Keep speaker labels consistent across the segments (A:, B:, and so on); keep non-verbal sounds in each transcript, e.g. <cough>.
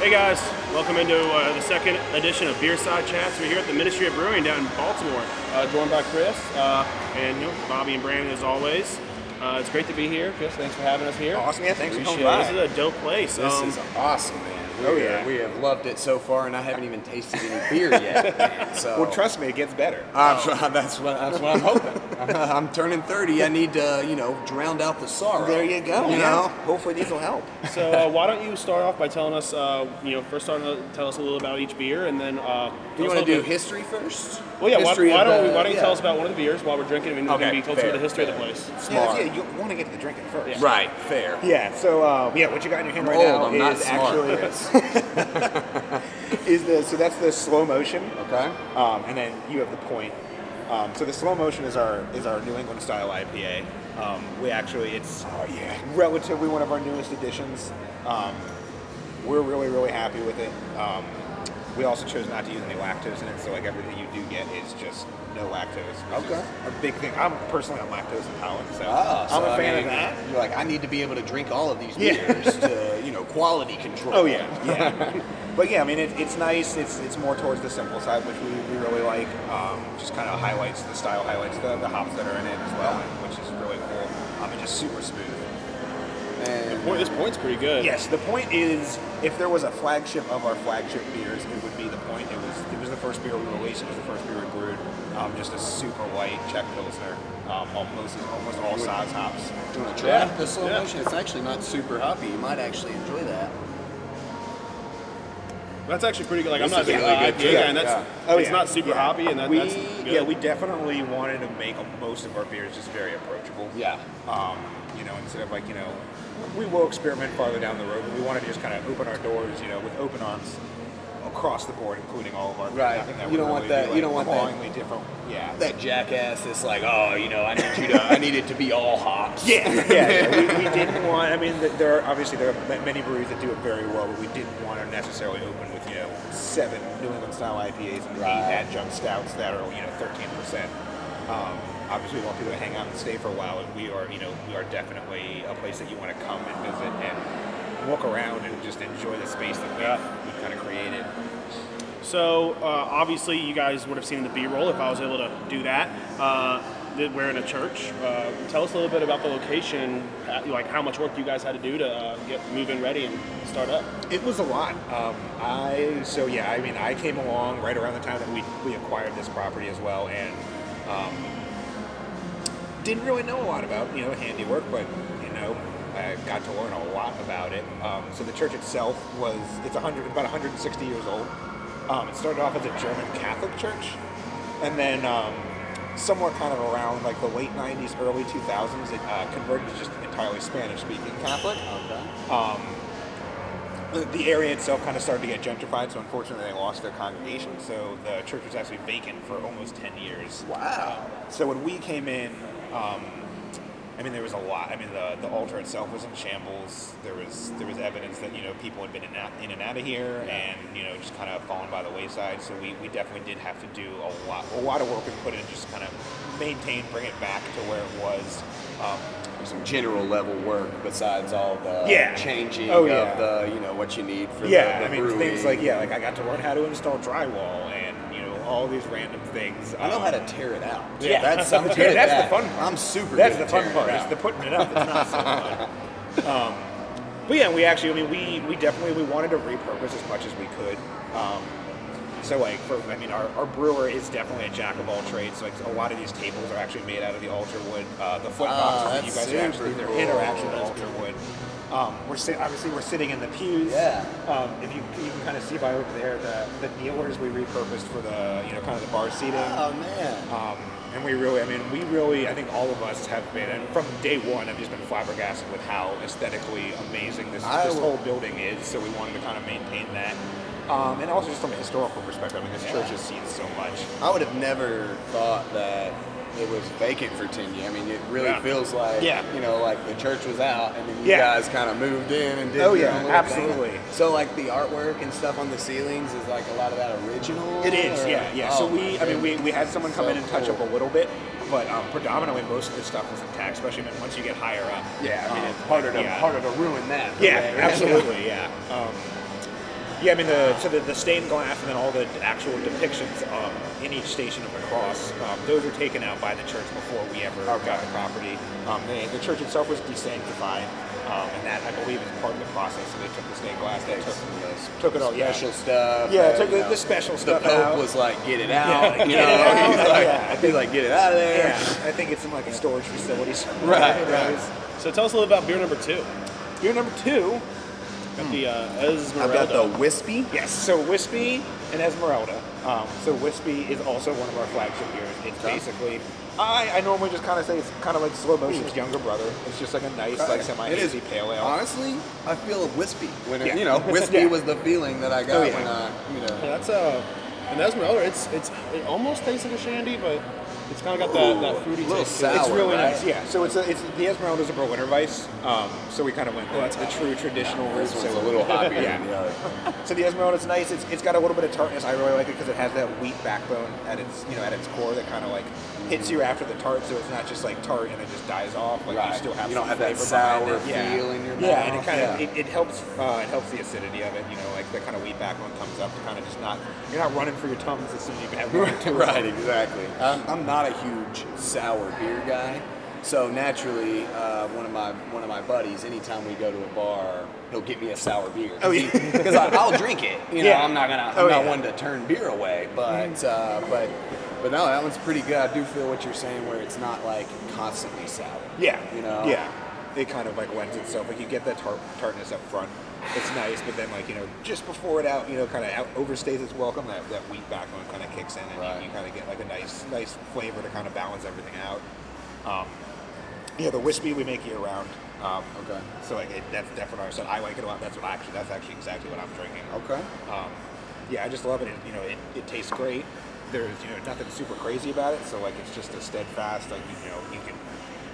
A: Hey guys, welcome into uh, the second edition of Beer Side Chats. We're here at the Ministry of Brewing down in Baltimore, uh, joined by Chris uh, and you know, Bobby and Brandon as always. Uh, it's great to be here, Chris. Thanks for having us here.
B: Awesome, yeah, thanks for coming
A: Appreciate it.
B: by.
A: This is a dope place.
B: This
A: Um,
B: is awesome, man. We,
C: Oh,
B: oh,
C: yeah.
B: yeah. we have loved it so far, and I haven't even tasted any beer
C: <laughs>
B: yet. man. So,
C: Well, trust me, it gets better.
B: <laughs> I'm try- that's, what, that's what I'm hoping. <laughs> I'm turning 30. I need to, you know, drown out the sorrow.
C: There you go.
B: You
C: yeah.
B: know?
C: hopefully these will <laughs> help.
A: so uh, why don't you start off by telling us, uh, you know, first start to tell us a little about each beer, and then uh,
B: Do you
A: tell
B: want to
A: us a
B: do
A: little bit-
B: history first?
A: Well, yeah. Why,
B: History
A: why
B: of
A: don't
B: the-
A: we, why don't you
B: yeah.
A: tell us about one of the beers while we're drinking, and then
B: Okay,
A: we can tell us about
B: fair,
A: the history of the
B: fair.
A: place.
C: Yeah,
B: Smart.
C: yeah, you want to get to the drinking first.
B: Right, fair.
C: Yeah, so uh, yeah, what you got in your hand right
B: old,
C: now
B: I'm not
C: is
B: smart, <laughs> Chris.
C: actually is the so that's the slow motion, <laughs>
B: Okay.
C: um, and then you have the point. Um, so the slow motion is our is our New England style IPA. Um, we actually it's relatively one of our newest additions. Um, we're really really happy with it. Um, we also chose not to use any lactose in it, so like everything you do get is just no lactose. which is
B: Okay.
C: a big thing. I'm personally on lactose intolerant, so
B: Ah, so,
C: I'm a
B: I
C: fan
B: mean,
C: of that.
B: You're like, I need to be able to drink all of these
C: Yeah.
B: beers to, you know, quality control.
C: Oh yeah, yeah. <laughs> but yeah, I mean, it, it's nice. It's it's more towards the simple side, which we, we really like. Um, just kind of highlights the style, highlights the, the hops that are in it as well, and, which is really cool. Um, and just super smooth.
B: And
A: Boy, this point's pretty good.
C: Yes, the point is, if there was a flagship of our flagship beers, it would be the point. It was it was the first beer we released. It was the first beer we brewed. Um, just a super light Czech pilsner, um, almost almost all size hops.
B: do you want to try
A: Yeah.
B: the slow
A: Yeah.
B: motion? It's actually not super hoppy. You might actually enjoy that.
A: That's actually pretty good. Like I'm
B: This
A: not
B: is
A: a big
B: really
A: uh,
B: good,
A: IPA
B: too.
A: guy, and that's
C: Yeah. Oh,
A: it's
C: yeah.
A: not super
C: Yeah.
A: hoppy, and that,
C: we
A: that's good.
C: yeah we definitely wanted to make most of our beers just very approachable.
B: Yeah.
C: Um, you know, instead of like you know, we will experiment farther down the road. But we wanted to just kind of open our doors, you know, with open arms across the board, including all of our.
B: Right.
C: nothing
B: You
C: would
B: don't want
C: really
B: that- you
C: be, like,
B: don't want that-
C: clawingly different. Yeah.
B: That jackass that's like, oh, you know, I need you to, I need it to be all hops.
C: yeah, <laughs> yeah, yeah. We, we didn't want. I mean, th- there are obviously there are ma- many breweries that do it very well, but we didn't want to necessarily open with you know seven New England style IPAs and
B: Right.
C: eight adjunct stouts that are you know thirteen percent. Um, obviously, we want people to hang out and stay for a while, and we are you know we are definitely a place that you want to come and visit and walk around and just enjoy the space that we
A: Yeah.
C: we've kind of created.
A: So uh, obviously, you guys would have seen the B-roll if I was able to do that. Uh, that we're in a church. Uh, tell us a little bit about the location, uh, like how much work you guys had to do to uh, get move in ready and start up.
C: It was a lot. Um, I so yeah. I mean, I came along right around the time that we we acquired this property as well, and um, didn't really know a lot about you know handiwork, but you know I got to learn a lot about it. Um, so the church itself was it's 100 about 160 years old. Um, it started off as a German Catholic church, and then um, somewhere kind of around like the late 90s, early 2000s, it uh, converted to just entirely Spanish-speaking Catholic the area itself kind of started to get gentrified, so unfortunately they lost their congregation. So the church was actually vacant for almost 10 years. Um,
B: Wow.
C: So when we came in, um, I mean, there was a lot. I mean, the, the altar itself was in shambles. There was there was evidence that you know people had been in, out, in and out of here, and you know just kind of fallen by the wayside. So we, we definitely did have to do a lot a lot of work and put in just kind of maintain, bring it back to where it was. Um,
B: Some general level work besides all the
C: Yeah.
B: changing
C: Oh, yeah.
B: of the, you know, what you need for
C: yeah,
B: the, the
C: I mean things
B: brewing.
C: like yeah, like I got to learn how to install drywall and you know all these random things.
B: I know
C: Um,
B: how to tear it out.
C: Yeah.
B: that's
C: <laughs>
B: I'm
C: Yeah,
B: good at
C: that's
B: that.
C: the fun part.
B: I'm super.
C: That's
B: good
C: the
B: at
C: fun
B: tearing
C: part.
B: It
C: It's
B: out.
C: the putting it up. It's not
B: <laughs>
C: so fun. Um, but yeah, we actually, I mean, we, we definitely we wanted to repurpose as much as we could. Um, so like, for, I mean, our, our brewer is definitely a jack of all trades. So like, a lot of these tables are actually made out of the altar wood, uh, the foot
B: Ah,
C: boxes that you
B: that's
C: guys are actually
B: super
C: they're
B: cool.
C: in or actually the
B: That's
C: altar wood. Um, we're sit- obviously we're sitting in the pews.
B: Yeah.
C: Um, if you you can kind of see by over there the, the kneelers we repurposed for the you know kind of the bar seating.
B: Oh man.
C: Um, And we really, I mean, we really, I think all of us have been, and from day one, I've just been flabbergasted with how aesthetically amazing this,
B: I
C: this
B: will-
C: whole building is. So we wanted to kind of maintain that. Um, and also just from a historical perspective, I mean, this church has seen so much.
D: I would have never thought that it was vacant for 10 years. I mean, it really
C: Yeah.
D: feels like,
C: Yeah.
D: you know, like the church was out and then you
C: Yeah.
D: guys kind of moved in and did
C: Oh,
D: your
C: yeah,
D: own little
C: absolutely.
D: thing. So, like, the artwork and stuff on the ceilings is like a lot of that original?
C: It is,
D: or-
C: yeah, yeah.
D: Oh,
C: so we, I mean, we, we had
D: goodness,
C: someone come
D: so
C: in and touch
D: cool.
C: up a little bit, but um, predominantly most of the stuff was intact, especially when- once you get higher up.
D: Yeah, I mean,
C: Um,
D: it's harder to,
C: yeah.
D: harder to ruin that.
C: Yeah,
D: Okay, right?
C: absolutely, yeah. Um, yeah, I mean, the, so the, the stained glass and then all the actual depictions um, in each station of the cross, um, those were taken out by the church before we ever got the property. Um, they, the church itself was desanctified, um, and that, I believe, is part of the process. So they took the stained glass, they took, took it all, yeah.
D: Special stuff.
C: Yeah,
D: uh,
C: took
D: you
C: the,
D: know.
C: the special
D: The
C: stuff
D: Pope
C: out.
D: was like, get it
C: <laughs>
D: out. you
C: get it
D: know,
C: out,
D: he's
C: like,
D: like,
C: yeah.
D: he's like, get it out of there.
C: Yeah, I think it's in like a storage facility. somewhere.
D: Right,
C: <laughs> You know,
D: right.
C: it's-
A: So tell us a little about beer number two.
C: Beer number two.
A: Got the uh, Esmeralda.
D: I've got the wispy.
C: Yes, so Wispy and Esmeralda. Um, so Wispy is also one of our flagship beers. It's basically, I, I normally just kind of say it's kind of like Slow Motion's younger brother. It's just like a nice, like
D: It is
C: semi-hazy pale ale.
D: Honestly, I feel wispy. When it,
C: Yeah. <laughs>
D: you know, wispy
C: Yeah.
D: was the feeling that I got
C: Oh, yeah.
D: when I, you know.
A: That's a an Esmeralda. It's it's it almost tastes like a shandy, but it's kind of got that, that fruity
D: Ooh, little
A: taste. to it.
D: sour.
C: It's really
D: right?
C: nice, yeah. So it's a, it's the Esmeralda is a Berliner Weiss, um, so we kind of
D: Oh,
C: went the, the true traditional route.
D: This one's
C: so-
D: a
C: <laughs>
D: little hoppier
C: Yeah.
D: than the <laughs> other.
C: So the Esmeralda is nice. It's, it's got a little bit of tartness. I really like it because it has that wheat backbone at its you know at its core that kind of like hits you after the tart. So it's not just like tart and it just dies off. Like
D: Right.
C: you still have
D: You don't
C: some
D: have that
C: flavor behind
D: sour
C: it. yeah.
D: feel in your
C: yeah, and it
D: mouth.
C: kind of
D: Yeah.
C: it, it helps uh, it helps the acidity of it. You know, like the kind of wheat backbone comes up to kind of just not you're not running for your tums as soon as you have
D: <laughs>
C: one. or two.
D: right, exactly. I'm, I'm not a huge sour beer guy, so naturally, uh, one of my one of my buddies, anytime we go to a bar, he'll get me a sour beer.
C: Oh,
D: <laughs>
C: yeah.
D: because I'll drink it. You know,
C: Yeah.
D: I'm not gonna. I'm
C: Oh,
D: not
C: yeah. Mm.
D: one to turn beer away, but uh, but but no, that one's pretty good. I do feel what you're saying, where it's not like constantly sour.
C: Yeah,
D: you know.
C: Yeah, it kind of like lends itself. Like you get that tart- tartness up front. It's nice, but then like you know, just before it out, you know, kind of out- overstays its welcome. That, that wheat backbone kind of kicks in, and you-
D: Right.
C: you, kind of get like a nice nice flavor to kind of balance everything out. Um, yeah, the wispy we make year round. Um,
D: Okay.
C: So like it, that's that's what I said. I like it a lot. That's what I actually that's actually exactly what I'm drinking.
D: Okay.
C: Um, yeah, I just love it. it you know, it, it tastes great. There's you know nothing super crazy about it, so like it's just a steadfast like you know you can.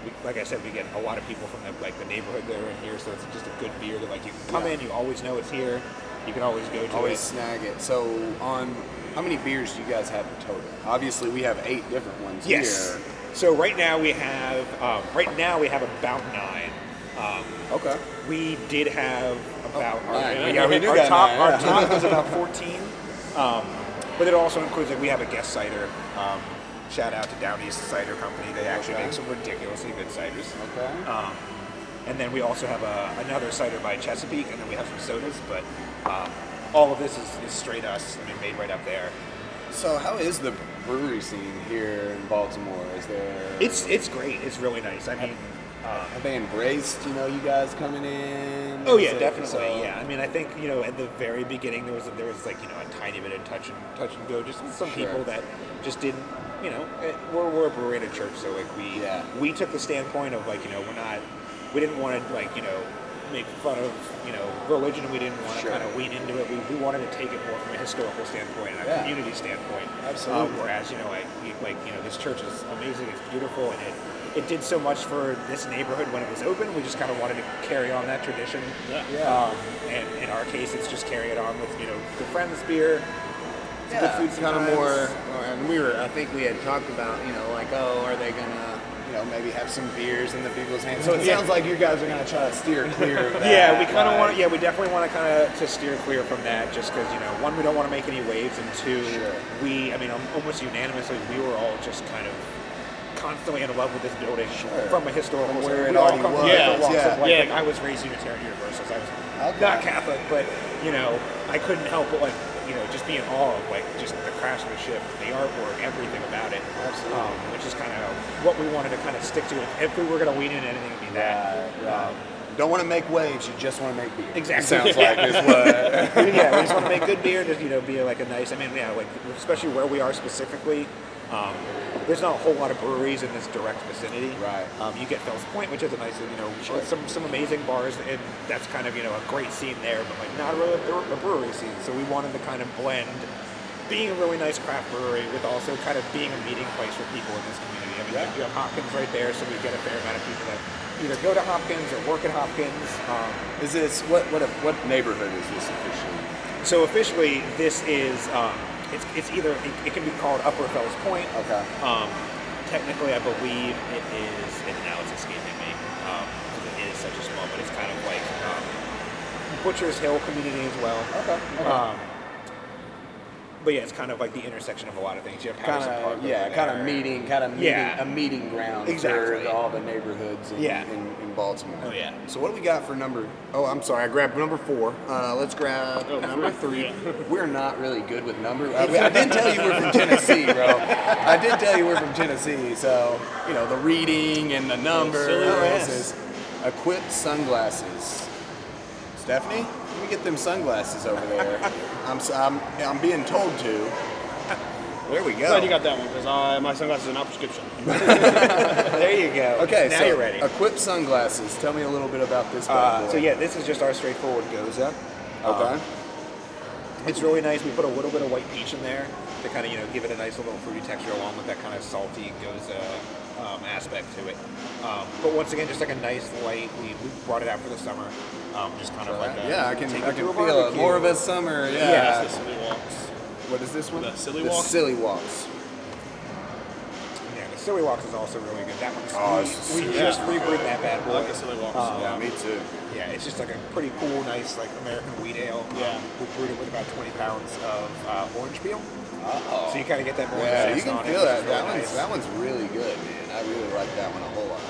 C: We, like I said, we get a lot of people from the, like the neighborhood that are in here, so it's just a good beer that like you can come in, you always know it's here, you can always go to
D: Always
C: it.
D: snag it. So on, how many beers do you guys have in total? Obviously, we have eight different ones
C: Yes.
D: here.
C: So right now we have um, right now we have about nine. Um,
D: Okay.
C: We did have about
D: Oh,
C: our,
D: nine.
C: yeah, we
D: We do
C: our
D: got
C: top
D: nine,
C: our
D: yeah. <laughs>
C: top was about fourteen, um, but it also includes like we have a guest cider. Um, shout out to Down East Cider Company. They actually
D: Okay.
C: make some ridiculously good ciders.
D: Okay.
C: Um, and then we also have a, another cider by Chesapeake, and then we have some sodas. But um, all of this is, is straight us. I mean, made right up there.
D: So, how is the brewery scene here in Baltimore? Is there
C: It's it's great. It's really nice. I mean. Uh,
D: have they embraced you know you guys coming in?
C: Oh yeah,
D: Is it-
C: definitely.
D: so-
C: Yeah, I mean, I think you know, at the very beginning, there was there was like you know a tiny bit of touch and touch and go. Just some
D: Sure.
C: people that just didn't, you know, eh, we're we're a brewery and a church, so like we
D: Yeah.
C: we took the standpoint of like you know we're not we didn't want to like you know make fun of you know religion. We didn't want to
D: Sure.
C: kind of lean into it. We, we wanted to take it more from a historical standpoint and a
D: Yeah.
C: community standpoint.
D: Absolutely.
C: Um, whereas you know like we, like you know this church is amazing. It's beautiful and it. It did so much for this neighborhood when it was open. We just kind of wanted to carry on that tradition.
D: Yeah.
C: Um, and in our case, it's just carrying it on with you know good friends beer. some
D: Yeah,
C: good food
D: it's kind of
C: sometimes.
D: more. uh, And we were, I think we had talked about, you know, like, oh, are they gonna, you know, maybe have some beers in the people's hands? So it
C: Yeah.
D: sounds like you guys are gonna try to steer
C: <laughs>
D: clear of that.
C: Yeah, we kind of
D: like-
C: want. Yeah, we definitely want to kind of to steer clear from that, just because you know, one, we don't want to make any waves, and two,
D: Sure.
C: we. I mean, um, almost unanimously, we were all just kind of constantly in love with this building
D: Sure.
C: from a historical.
D: From
C: sense.
D: where it
C: we all
D: already
C: come from
D: was,
C: different walks
D: yeah.
C: of life.
A: Yeah.
C: Like, I was raised Unitarian Universalist. I was
D: Okay.
C: not Catholic, but you know, I couldn't help but like you know just be in awe of like just the craftsmanship, the artwork, everything about it.
D: Absolutely.
C: Um, which is kind of what we wanted to kind of stick to. If we were going to lean in anything, it'd be that. Um,
D: Right, right. Don't want to make waves. You just want to make beer.
C: Exactly.
D: Sounds like is what.
C: yeah, we just want to make good beer and just you know be like a nice. I mean, yeah, like especially where we are specifically, um, there's not a whole lot of breweries in this direct vicinity.
D: Right.
C: Um, you get Fells Point, which is a nice, you know, some some amazing bars, and that's kind of you know a great scene there, but like not really a bre- a brewery scene. So we wanted to kind of blend being a really nice craft brewery with also kind of being a meeting place for people in this community. I mean,
D: Yeah.
C: you have Hopkins right there, so we get a fair amount of people that either go to Hopkins or work at Hopkins. Um,
D: Is this what what what neighborhood is this officially?
C: so officially, this is um, it's, it's either it, it can be called Upper Fells Point.
D: Okay.
C: Um, technically, I believe it is, and now it's escaping me um, 'cause it is such a small, but it's kind of like um, Butcher's Hill community as well.
D: Okay.
C: Um, but yeah, it's kind of like the intersection of a lot of things. You have
D: Kind
C: Patterson Park
D: of
C: over
D: yeah,
C: there.
D: kind of meeting, kind of meeting,
C: Yeah.
D: a meeting ground
C: Exactly.
D: for all the neighborhoods in,
C: Yeah.
D: in, in Baltimore.
C: Oh yeah.
D: So what do we got for number?
B: Oh, I'm sorry. I grabbed number four. Uh, let's grab
A: Oh,
B: number
A: three.
B: three.
D: <laughs> We're not really good with numbers. I, I did tell
C: <laughs>
D: you we're from Tennessee, bro. I did tell you we're from Tennessee, so you know the reading and the numbers.
A: silly
D: This
A: ass.
D: is Equipped sunglasses. Stephanie, let me get them sunglasses over
C: <laughs>
D: there. I'm, s- I'm I'm being told to.
C: There we
A: Glad you got that one because my sunglasses are not prescription.
C: there you go.
D: Okay,
C: now
D: so
C: you're ready.
D: Equipped sunglasses. Tell me a little bit about this. bad
C: Uh,
D: boy.
C: so yeah, uh, this is just our straightforward goza.
D: Okay.
C: It's really nice. We put a little bit of white peach in there to kind of you know give it a nice little fruity texture along with that kind of salty goza um, aspect to it. Um, but once again, just like a nice light. We, we brought it out for the summer. Um, just kind of like a,
D: yeah, I can
C: take
D: I
C: it to
D: can
C: a
D: feel it.
C: barbecue.
D: More of a summer. Yeah.
A: That's the silly walks.
D: What is this one?
A: The silly
D: The
A: walks.
D: silly walks.
C: Yeah, the silly walks is also really good. That one's
D: Oh,
C: we-
D: it's
C: we,
D: super
C: just rebrewed that bad
A: I
C: boy.
A: like the silly walks.
C: Um,
D: yeah, me too.
C: Yeah, it's just like a pretty cool, nice like American wheat ale.
A: Yeah.
C: Um, we brewed it with about 20 pounds of uh, orange peel.
D: Uh-oh.
C: So you kind of get that orange
D: Yeah,
C: zest
D: you can
C: on
D: feel
C: it, which is
D: that. That
C: really
D: one's
C: nice.
D: that one's really good, man. I really like that one a whole lot.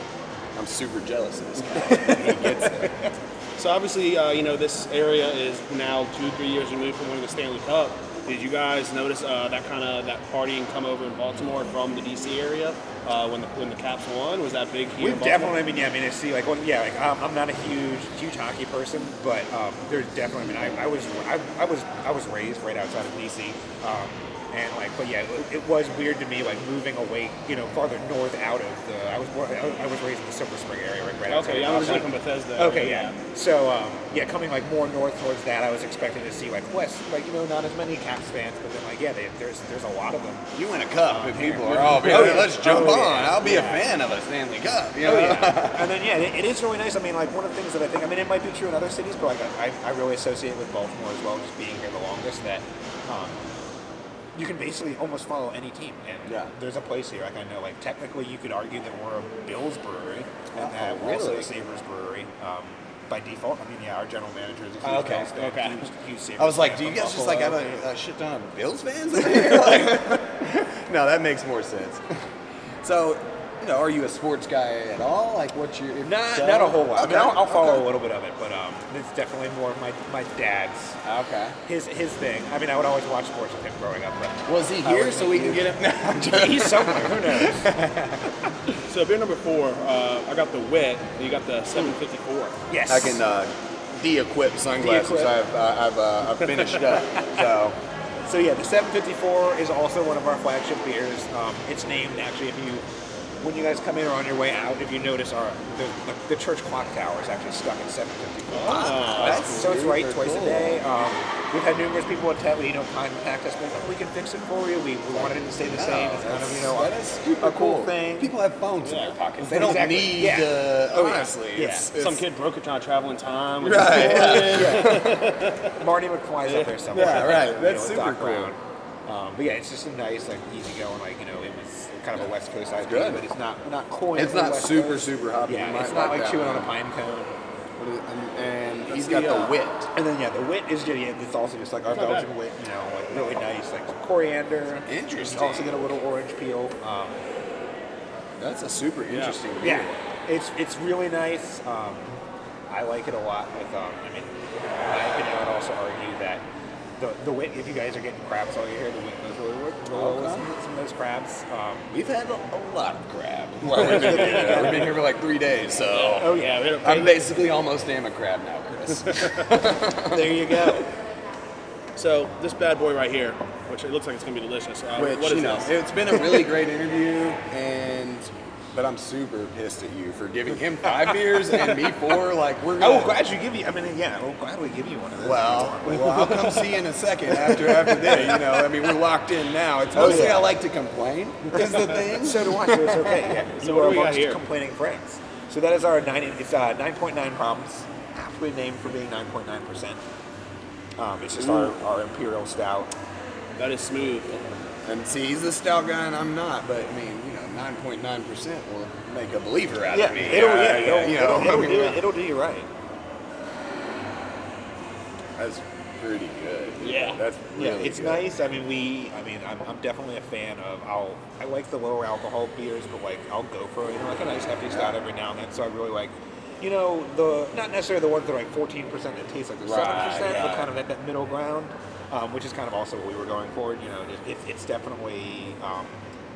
D: I'm super jealous of this guy. he gets it.
A: So obviously, uh, you know this area is now two, three years removed from winning the Stanley Cup. Did you guys notice uh, that kind of that partying come over in Baltimore from the DC area uh, when the when the Caps won? Was that big here? in
C: We've
A: Baltimore?
C: definitely been, yeah, I mean, I see, like, one, yeah, like, um, I'm not a huge, huge hockey person, but um, there's definitely, I mean, I, I was, I, I was, I was raised right outside of DC, um, and like, but yeah, it, it was weird to me, like, moving away, you know, farther north out of the, I was, born, I, I was raised in the Silver Spring area, like, right outside.
A: Okay, yeah,
C: of
A: I'm originally
C: Boston.
A: from Bethesda.
C: Okay, yeah. So, um, yeah, coming like more north towards that, I was expecting to see like less, like you know, not as many Caps fans, but then like yeah, they, there's there's a lot of them.
D: You win a cup, and people are
C: <laughs>
D: all
C: Oh,
D: "Hey,
C: yeah.
D: let's jump
C: Oh,
D: on.
C: yeah.
D: I'll be
C: Yeah.
D: a fan of a Stanley Cup. You know?
C: Oh, yeah. <laughs> and then yeah, it, it is really nice. I mean, like one of the things that I think, I mean, it might be true in other cities, but like I, I really associate with Baltimore as well, just being here the longest. That um, you can basically almost follow any team, and
D: Yeah.
C: there's a place here. Like I know, like technically, you could argue that we're a Bills brewery, and
D: Oh,
C: that we're also
D: really?
C: a Sabres brewery. Um, by default, I mean, yeah, our general manager is a huge
D: Oh, okay.
C: Bills fan,
A: Okay.
C: huge, huge Sabres
D: I was
C: fan
D: like, do you
C: from
D: guys just like have
C: Buffalo."
D: a, a shit ton of Bills fans in here? <laughs> Like- <laughs> no, that makes more sense. So, you know, are you a sports guy at all? Like, what's your if
C: Not,
D: so-
C: not a whole lot.
D: Okay.
C: I mean, I'll, I'll follow
D: okay.
C: a little bit of it, but um, it's definitely more of my, my dad's
D: Okay.
C: his his thing. I mean, I would always watch sports with him growing up. But
D: Was he
C: I
D: here
C: would
D: so
C: think
D: we
C: he
D: can
C: was- <laughs>
D: get him? No, I'm joking.
C: He's somewhere. Who
D: <laughs>
C: knows?
A: So beer number four, uh, I got the wet. and You got the 754.
C: Yes.
D: I can uh, de-equip sunglasses.
C: De-equip.
D: I've, uh, I've, <laughs> uh, I've finished up. So
C: So yeah, the 754 is also one of our flagship beers. Um, it's named actually if you when you guys come in or on your way out, if you notice our the, the, the church clock tower is actually stuck at 754.
A: Oh,
C: Uh, so it's right
D: super
C: twice
D: cool.
C: a day. Um, we've had numerous people attempt, you know, contact us, like, we can fix it for you. We, we wanted it to stay the same. It's kind of, you know,
D: that is super
C: a cool thing.
D: People have phones in
A: Yeah.
D: their pockets. They don't
C: Exactly.
D: need.
C: Yeah.
D: Uh,
C: Oh, yeah.
D: honestly,
C: Yeah.
D: it's, it's
A: Some kid broke it trying to travel in time. with his
D: <laughs> Right.
A: board.
C: Marty McFly's up there somewhere.
D: Yeah, right.
C: You
D: That's
C: know, with
D: super
C: Doc
D: cool.
C: Brown. Um, but yeah, it's just a nice, like, easygoing, like you know, it was kind of a West Coast IPA,
D: good.
C: but it's not not coy.
D: It's
C: for
D: not
C: West
D: super,
C: Coast.
D: super hoppy. You
C: Yeah,
D: might
C: it's not
D: like
C: like
D: that
C: chewing on a
D: one.
C: pine cone.
D: What is- and, and
A: That's
D: he's got
A: the,
D: the
A: uh,
D: wit.
C: And then yeah, the wit is yeah, yeah, it's also just like our
A: Not bad.
C: Belgian wit, you know, like really nice, like coriander.
D: Interesting.
C: You also get a little orange peel. Um,
D: That's a super interesting beer.
C: yeah, it's it's really nice. Um, I like it a lot. With um, I mean, I could I would also argue that the the wit. If you guys are getting crabs all year, the wit goes really well. Really well
D: Okay.
C: with some of those crabs. <laughs> Um,
D: We've had a, a lot of crab. <laughs> Well, we've, been here, we've been here for like three days, so
A: Oh yeah, we had a
C: <laughs>
D: I'm basically almost am a crab now, Chris.
C: there you go.
A: So this bad boy right here, which it looks like it's gonna be delicious. Uh,
D: Which
A: what is
D: you know,
A: this?
D: it's been a
C: <laughs>
D: really great interview, and but I'm super pissed at you for giving him five beers and me four. Like we're
C: Oh,
D: gonna.
C: glad you give you. I mean, yeah, oh, glad we give you one of those.
D: Well, well, I'll come see you in a second after after this. You know, I mean, we're locked in now. It's mostly
C: Oh, yeah.
D: I like to complain. Is the thing.
C: so do I. So it's <laughs> okay. Yeah.
A: So
C: you
A: what do
C: are
A: we got
C: amongst
A: here?
C: complaining friends. So that is our nine. It's uh, nine point nine problems. Aptly named for being nine point nine percent. Um, it's just our, our imperial stout.
A: That is smooth.
D: And see, he's the stout guy, and I'm not. But I mean, you know, nine point nine percent will make a believer out of me.
C: it'll,
D: Uh,
C: yeah, it'll,
D: you
C: it'll, it'll
D: know,
C: do, <laughs> it- it'll do you right.
D: that's pretty good.
A: Yeah.
D: that's really
C: yeah, it's
D: good.
C: nice. I mean, we. I mean, I'm, I'm definitely a fan of. I'll. I like the lower alcohol beers, but like I'll go for you know like a nice hefty stout every now and then. So I really like, you know, the not necessarily the ones that are like 14 percent that taste like the seven
D: Right,
C: percent, but
D: right.
C: kind of at that middle ground, um, which is kind of also what we were going for. You know, it, it's it's definitely um,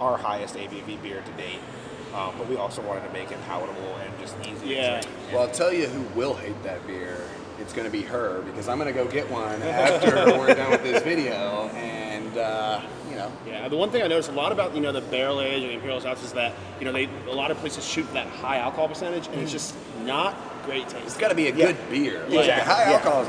C: our highest ABV beer to date. Um, but we also wanted to make it palatable and just easy. to
A: Yeah.
C: drink.
D: Well, I'll tell you who will hate that beer. It's going to be her because I'm going to go
A: <laughs>
D: get one after we're done with this video, and uh, you know,
A: Yeah, the one thing I noticed a lot about you know the barrel age and imperial stouts is that you know they a lot of places shoot for that high alcohol percentage and it's just not great
D: Mm. it's
A: taste.
D: got to be a
C: Yeah.
D: good beer. Like,
A: Exactly,
D: high
C: yeah.
D: alcohol is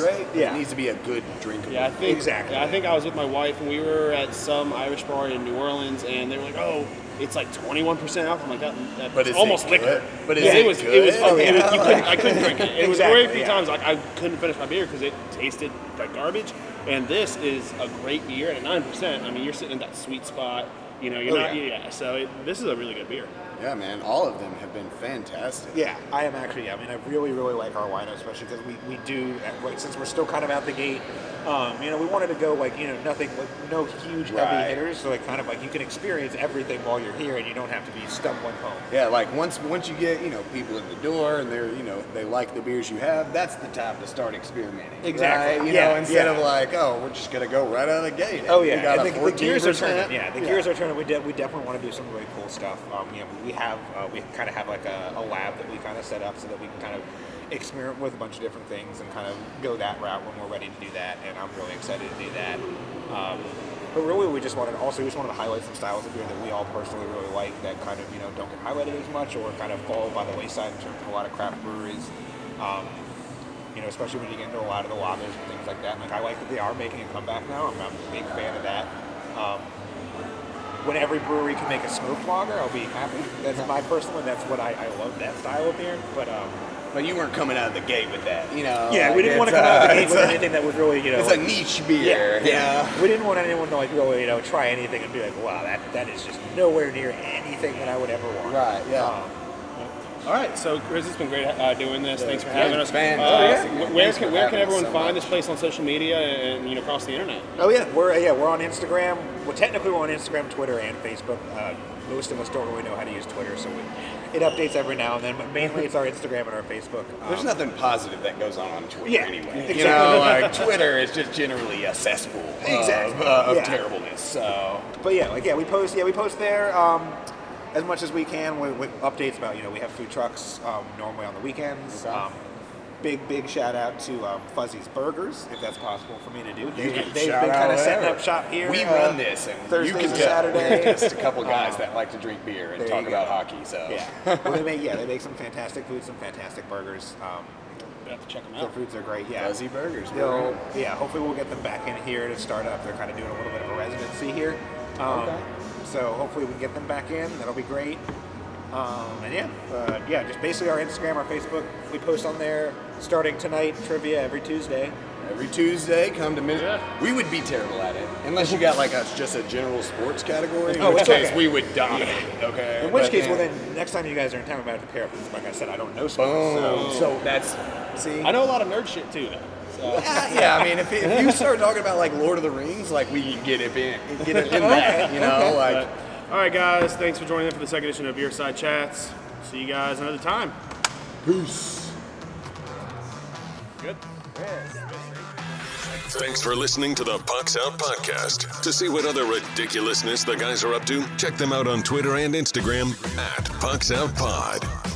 C: It's-
D: great. but
C: yeah.
D: it needs to be a good drinkable.
A: Yeah, I think
C: Exactly.
A: yeah, I think I was with my wife and we were at some Irish bar in New Orleans and they were like, oh. It's like 21 percent alcohol. I'm like that. that
D: But
A: it's
D: is it
A: almost
D: good?
A: liquor.
D: But is
A: yeah,
D: it
A: was. It was.
D: good?
A: fucking- it was-
D: Yeah.
A: you couldn't, I couldn't drink it. It was
C: Exactly,
A: very few
C: yeah.
A: times like I couldn't finish my beer because it tasted like garbage. And this is a great beer and at nine percent. I mean, you're sitting in that sweet spot. You know, you're
C: Oh,
A: not.
C: yeah.
A: Yeah. so it, this is a really good beer.
D: Yeah, man, all of them have been fantastic.
C: Yeah, I am actually. I mean, I really, really like our lineup, especially because we, we do, uh, like, since we're still kind of out the gate, um, you know, we wanted to go, like, you know, nothing, like, no huge
D: Right.
C: heavy hitters. So, like, kind of like you can experience everything while you're here and you don't have to be stumbling home.
D: Yeah, like once once you get you know people in the door and they're you know they like the beers you have, that's the time to start experimenting.
C: Exactly.
D: right? You
C: Yeah,
D: know, instead
C: yeah.
D: of like, oh, we're just gonna go right out of the gate.
C: Oh yeah,
D: we got
C: and
D: a
C: the, the gears are
D: 14%.
C: turning. Yeah, the gears are turning. We, de- we definitely want to do some really cool stuff. Um, you know, we have uh, we kind of have like a, a lab that we kind of set up so that we can kind of experiment with a bunch of different things and kind of go that route when we're ready to do that. And I'm really excited to do that. Um, but really, we just wanted also we just wanted to highlight some styles of beer that we all personally really like that kind of you know don't get highlighted as much or kind of fall by the wayside in terms of a lot of craft breweries. Um, you know, especially when you get into a lot of the lobbies and things like that. Like I like that they are making a comeback now. I'm, I'm a big fan of that. Um, when every brewery can make a smoked lager, I'll be happy. That's my personal, and that's what I, I love that style of beer. But um,
D: But you weren't coming out of the gate with that, you know.
C: yeah,
D: like,
C: we didn't want to
D: it's,
C: come out of
D: uh,
C: the gate
D: it's
C: with
D: a-
C: anything that was really, you know,
D: It's a niche beer.
C: yeah, yeah. We didn't want anyone to like really, you know, try anything and be like, wow, that that is just nowhere near anything that I would ever want.
D: Right. Yeah.
C: Um,
A: All right, so Chris, it's been great uh, doing this. Thanks for
D: Yeah,
A: having us.
D: it's fantastic.
A: Uh,
D: Yeah.
A: wh- where
D: Thanks
A: can
D: for
A: where can
D: having us
A: everyone
D: so
A: find
D: much.
A: this place on social media and you know across the internet?
C: Oh yeah, we're yeah we're on Instagram. Well, technically we're on Instagram, Twitter, and Facebook. Uh, most of us don't really know how to use Twitter, so we, it updates every now and then. But mainly it's our Instagram and our Facebook. Um,
D: There's nothing positive that goes on on Twitter
C: Yeah,
D: anyway.
C: exactly. <laughs>
D: You know, like Twitter is just generally a cesspool
C: Exactly.
D: of, uh, of
C: Yeah.
D: terribleness. So
C: but yeah, like yeah, we post yeah we post there um, as much as we can with, with updates about you know we have food trucks um, normally on the weekends. Um, big big shout out to um, Fuzzy's Burgers if that's possible for me to do. They,
D: You can
C: they've been
D: shout out
C: kind of setting
D: whatever.
C: up shop here.
D: we
C: uh,
D: run this, and
C: Thursdays
D: you can
C: and
D: tell
C: Saturdays.
D: we're <laughs> just a couple guys
C: Uh,
D: that like to drink beer and
C: there
D: talk
C: you
D: about
C: go.
D: hockey. So <laughs>
C: Yeah, well, they make yeah they make some fantastic food, some fantastic burgers. Um,
A: We have to check them
C: Their
A: out.
C: foods are great. Yeah.
D: Oh. Fuzzy burgers.
C: They'll-
D: bro.
C: yeah. Hopefully, we'll get them back in here to start up. They're kind of doing a little bit of a residency here. Um,
D: Okay.
C: So hopefully, we can get them back in. That'll be great. Um, and yeah, uh, yeah. Just basically our Instagram, our Facebook. We post on there starting tonight trivia every Tuesday.
D: Every Tuesday, come to Min.
A: Yeah.
D: We would be terrible at it unless you got like a, just a general sports category. In
C: Oh,
D: which
C: it's
D: case,
C: okay.
D: we would dominate. Okay.
C: In which
D: But
C: case,
D: then-
C: well then next time you guys are in town, I'm gonna have to pair up. Because like I said, I don't know sports.
D: Boom.
C: So.
D: So that's see.
A: I know a lot of nerd shit too. Though, so.
D: Yeah, ah, yeah, I mean, if, if <laughs> you start talking about like Lord of the Rings, like we can get it in, get <laughs> it in that, you know, like.
A: All right, guys, thanks for joining in for the second edition of Beer Side Chats. See you guys another time.
D: Peace.
A: Good.
E: Thanks for listening to the Pucks Out Podcast. To see what other ridiculousness the guys are up to, check them out on Twitter and Instagram at Pucks Out Pod.